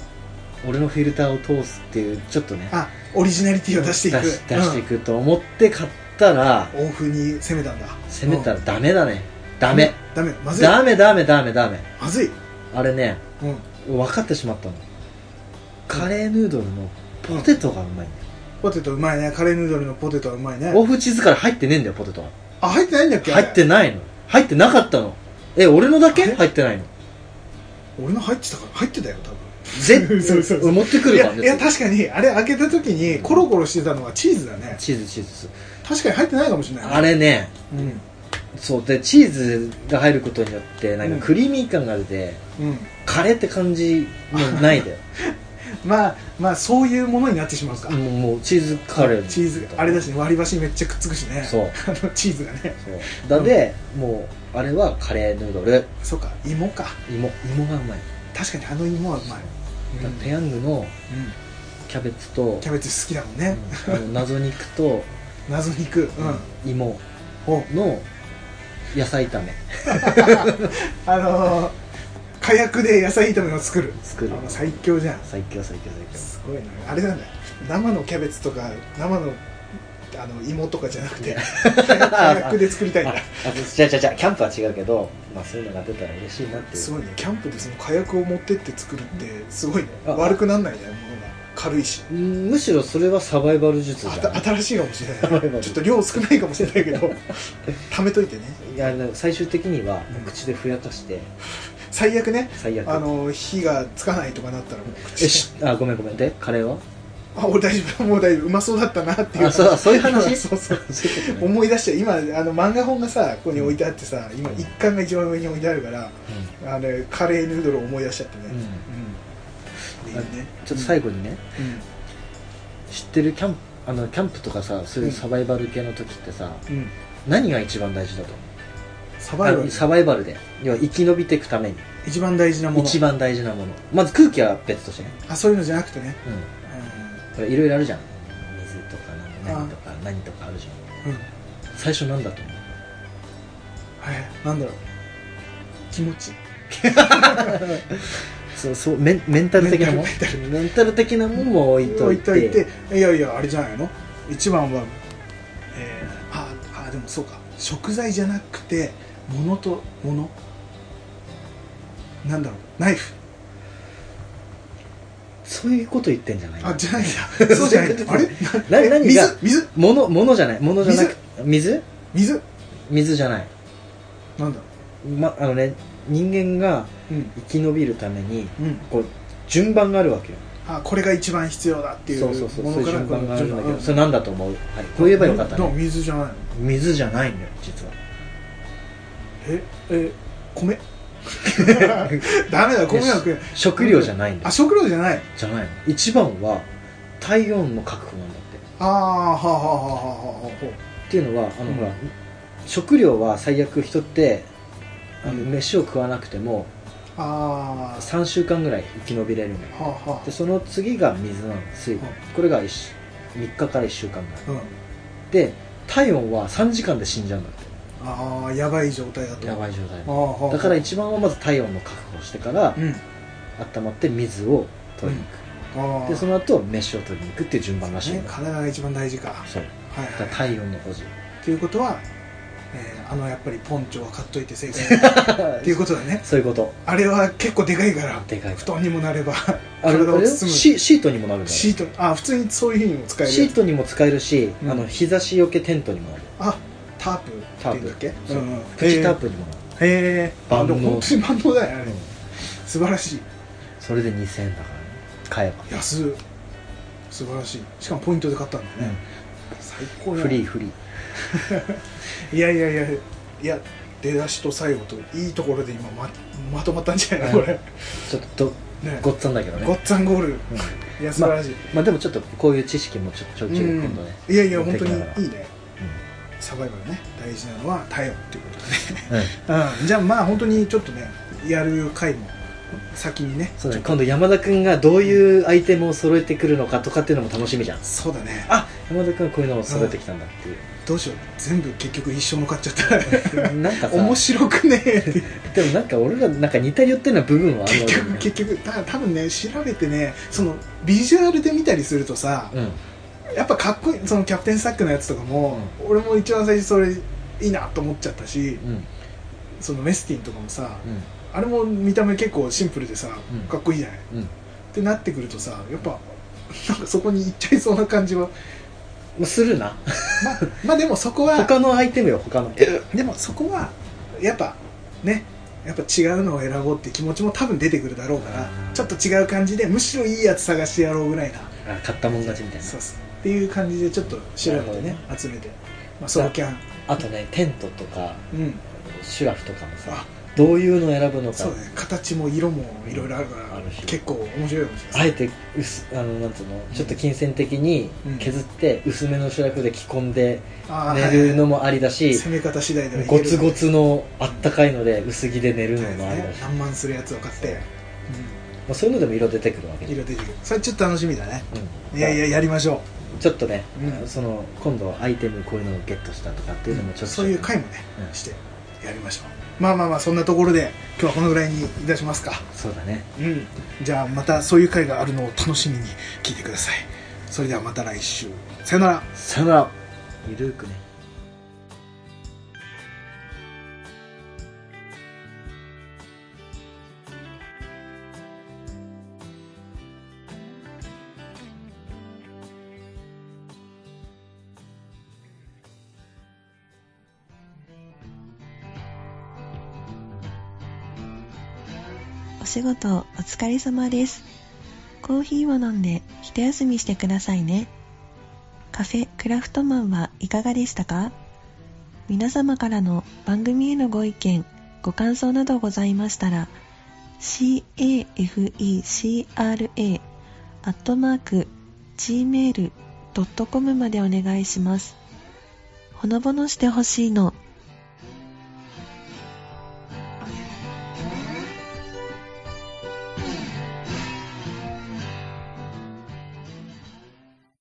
B: 俺のフィルターを通すっていうちょっとね
A: あオリジナリティを出していく
B: 出し出していくと思って買ったら、
A: うん欧風に攻めたんだ
B: 攻めた
A: う
B: ら
A: ん
B: ダメだねダメ、
A: ダメまずい
B: ダメダメダメダメ
A: まずい
B: あれね
A: うん
B: 分かってしまったのカレーヌードルのポテトがうまいんだよ、
A: ポテトうまいねカレーヌードルのポテトはうまいね
B: オフチーズから入ってねえんだよポテトは
A: あ入ってないんだっけ
B: 入って
A: ない
B: ないの入ってなかったのえ俺のだけ
A: あれ
B: 入ってないの
A: 俺の入ってたから入ってたよ多分
B: 全
A: そうそうそう
B: 持ってく
A: い
B: るから
A: やいや確かにあれ開けた時にコロコロしてたのはチーズだね
B: チーズチーズそう
A: 確かに入ってないかもしれないね
B: あれね
A: うん
B: そうでチーズが入ることによってなん
A: うん
B: かクリーミー感が出て、
A: うん
B: カレーって感じもないで
A: まあまあそういうものになってしまうか
B: もうもうチーズカレー
A: チーズあれだしね割り箸にめっちゃくっつくしね
B: そう
A: あのチーズがね
B: そうだで、もうあれはカレーヌードル
A: そうか芋か
B: 芋芋がうまい
A: 確かにあの芋はうまい
B: だからペ
A: うん
B: ヤングのキャベツと
A: キャベツ好きだもんね
B: うんあの謎肉と
A: 謎肉うん
B: 芋
A: お
B: の野菜炒め
A: あのー火薬で野菜炒めを作る
B: 作る
A: あの最強じゃん
B: 最強最強最強
A: すごいなあれなんだよ生のキャベツとか生のあの芋とかじゃなくて火薬で作りたいん
B: あ
A: だ
B: あじゃあじゃあじゃあキャンプは違うけど、まあ、そういうのが出たら嬉しいなっていう
A: すごいねキャンプでその火薬を持ってって作るってすごいね
B: あ
A: 悪くなんないねものが軽いし
B: うんむしろそれはサバイバル術じゃ
A: あた
B: ん
A: 新しいかもしれ
B: サバイ
A: ない
B: バ
A: ね
B: ル
A: ちょっと量少ないかもしれないけ ど貯めといてね
B: いやでも最終的にはもう口でふやかして
A: 最悪ね
B: 最悪
A: あの火がつかないとかなったらもう
B: え
A: 口
B: しあごめんごめんでカレーは
A: あ俺大丈夫もう大丈夫うまそうだったなっていう
B: あそうそういう話
A: そう そう
B: そういうことね
A: 思い出して今あの漫画本がさここに置いてあってさ今一巻が一番上に置いてあるからあれカレーヌードルを思い出しちゃってね
B: うん
A: うん、でいいね
B: ちょっと最後にね、知ってるキャンプあのキャンプとかさそういうサバイバル系の時ってさ、
A: うん、うん、
B: 何が一番大事だと
A: サバイバ
B: あ
A: ル
B: サバイバルで要は生き延びていくために
A: 一番大事なもの
B: 一番大事なものまず空気は別としてね、
A: あそういうのじゃなくてね
B: うん、これいろいろあるじゃん水とか何何とか何とかあるじ
A: う
B: ゃ
A: ん、うん、は
B: ん最初なんだと思う
A: いなんだろう気持ち
B: そうそうメンメンタル的なもん
A: メ
B: メ
A: ンタル
B: ンタル的なもんも置いといて
A: 置いといていやいやあれじゃないの一番は、えー、ああでもそうか食材じゃなくて物と物なんだろうナイフ
B: そういうこと言ってんじゃない
A: あじゃないん だそうじゃないんだあれ
B: な
A: え
B: 何が
A: 水水
B: 物物じゃない物じゃなく水
A: 水
B: 水じゃない、
A: なんだろ
B: ま、あのね人間が
A: ううん
B: 生き延びるために
A: うん
B: こう順番があるわけよ
A: あこれが一番必要だっていう
B: そうそうそう
A: も
B: そうい
A: の
B: う
A: から
B: 順番があるんだけ
A: う
B: ど
A: ん
B: それなんだと思う、はい、こう言えばよかった
A: でも
B: ね
A: 水じゃないの
B: 水じゃないんだよ実は
A: ええ米ダメだ米は食え
B: 食料じゃないんだ
A: あ
B: よ
A: 食料じゃない
B: じゃないの一番は体温の確保なんだって
A: ああはあはあはあは
B: っていうのはあの、
A: うん
B: ほら食料は最悪人ってあの、
A: うん
B: 飯を食わなくても
A: あはああー
B: 3週間ぐらい生き延びれるのよ
A: はあは
B: でその次が水なの水分
A: は
B: これが 1, 3日から1週間ぐらい
A: あ、うん、
B: で体温は3時間で死んじゃうんだっ
A: ああやばい状態だと
B: てやばい状態
A: ああはあ
B: だから一番はまず体温の確保をしてから
A: うん
B: 温まって水を取りに行く、
A: ああ
B: でその後飯を取りに行くっていう順番らしい
A: ね
B: んだ
A: 体が一番大事かは
B: そう
A: い
B: だか
A: は
B: ら
A: い
B: 体温の保持
A: ということは、えーあのやっぱりポンチョは買っといて正解だっていうことだね
B: そういうこと
A: あれは結構でかいから
B: でかい
A: 布団にもなれば
B: あれあ
A: 体を
B: れよ
A: 包む
B: シシートにもなるんだよ
A: シ
B: シ
A: ートあ普通にそういうふうにも使えるやつ
B: ートにも使えるし、
A: うん
B: あの日差しよけテントにもなる
A: あタープっていうんだっけ
B: そう
A: うんうん
B: プチタープにもな
A: へ
B: る、
A: えあ
B: 万
A: で
B: 能
A: も本当に万能だよねあれ
B: うん
A: 素晴らしい
B: それで2000円だからね買えば、
A: 安い素晴らしいしかもポイントで買ったんだね、最高や
B: フリーフリー
A: いやいやいやいや出だしと最後といいところで今ままとまったんじゃないの
B: うん
A: これ
B: ちょっと
A: ね
B: ごっつぁんだけどね
A: ごっつぁんゴール
B: うん
A: いや素晴らしい、
B: まあでもちょっとこういう知識もちょちょいちょ
A: う
B: い
A: ん
B: 今度ね、
A: いやいや本
B: 持っ
A: 当
B: てきながら
A: にいいね
B: う
A: サバイバルね大事なのは耐えよっていうことだね
B: んうん
A: うん、じゃあまあ本当にちょっとねやる回も先にね
B: そうだね今度山田君がどういうアイテムを揃えてくるのかとかっていうのも楽しみじゃん
A: そうだね
B: あ山田君はこういうのを揃えてきたんだっていう、
A: どうしよう全部結局一生の買っちゃった
B: なん かさ
A: 面白くねえって
B: でもなんか俺らなんか似たり寄ってるような部 分はあるわ
A: 結
B: け
A: 局結局た多分ね調べてねそのビジュアルで見たりするとさ、
B: うん
A: やっぱかっこいいそのキャプテンサックのやつとかも、俺も一番最初それいいなと思っちゃったし
B: うんうん
A: そのメスティンとかもさ、あれも見た目結構シンプルでさ、
B: うん
A: かっこいいじゃない
B: うん
A: ってなってくるとさやっぱなんかそこに行っちゃいそうな感じは
B: もうするな
A: まあまあ でもそこは
B: 他のアイテムよ他の
A: でもそこはやっぱねやっぱ違うのを選ぼうって気持ちも多分出てくるだろうから
B: うん
A: ちょっと違う感じでむしろいいやつ探してやろうぐらいな
B: あ買ったもん勝ちみたいな
A: そうっすっていう感じでちょっと調べてね
B: な
A: 集めて、まあ、ソロキャン
B: あとねテントとか
A: うん
B: シュラフとかもさ
A: あ
B: どういうのを選ぶのか
A: そうだね形も色もいろいろあるから、
B: あるし
A: 結構面白いかもしれな
B: あ
A: い
B: えて薄あのなんつうのちょっと金銭的に削って薄めのシュラフで着込んで
A: あー
B: 寝るの
A: は
B: もありだ
A: い
B: し
A: 攻め方次第ではいけ
B: ゴ
A: る
B: ツゴツのあったかいので薄着で寝るのもありだ
A: ね
B: し、ま
A: 何万するやつを買って、
B: あ、そういうのでも色出てくるわけ
A: うん、
B: で、
A: 色出てくるそれちょっと楽しみだね
B: うん
A: いやいややりましょ
B: ちょっとね、
A: うん
B: その今度アイテムこういうのをゲットしたとかっていうのもちょ
A: う
B: っと
A: そういう回もね、
B: うん
A: してやりましょうまあまあまあそんなところで今日はこのぐらいにいたしますか
B: そうだね
A: うんじゃあまたそういう回があるのを楽しみに聞いてくださいそれではまた来週さよなら
B: さよならゆるーくね
C: お仕事お疲れ様です。コーヒーを飲んで一休みしてくださいね。カフェクラフトマンはいかがでしたか皆様からの番組へのご意見、ご感想などございましたら、cafecra.gmail.com までお願いします。ほのぼのしてほしいの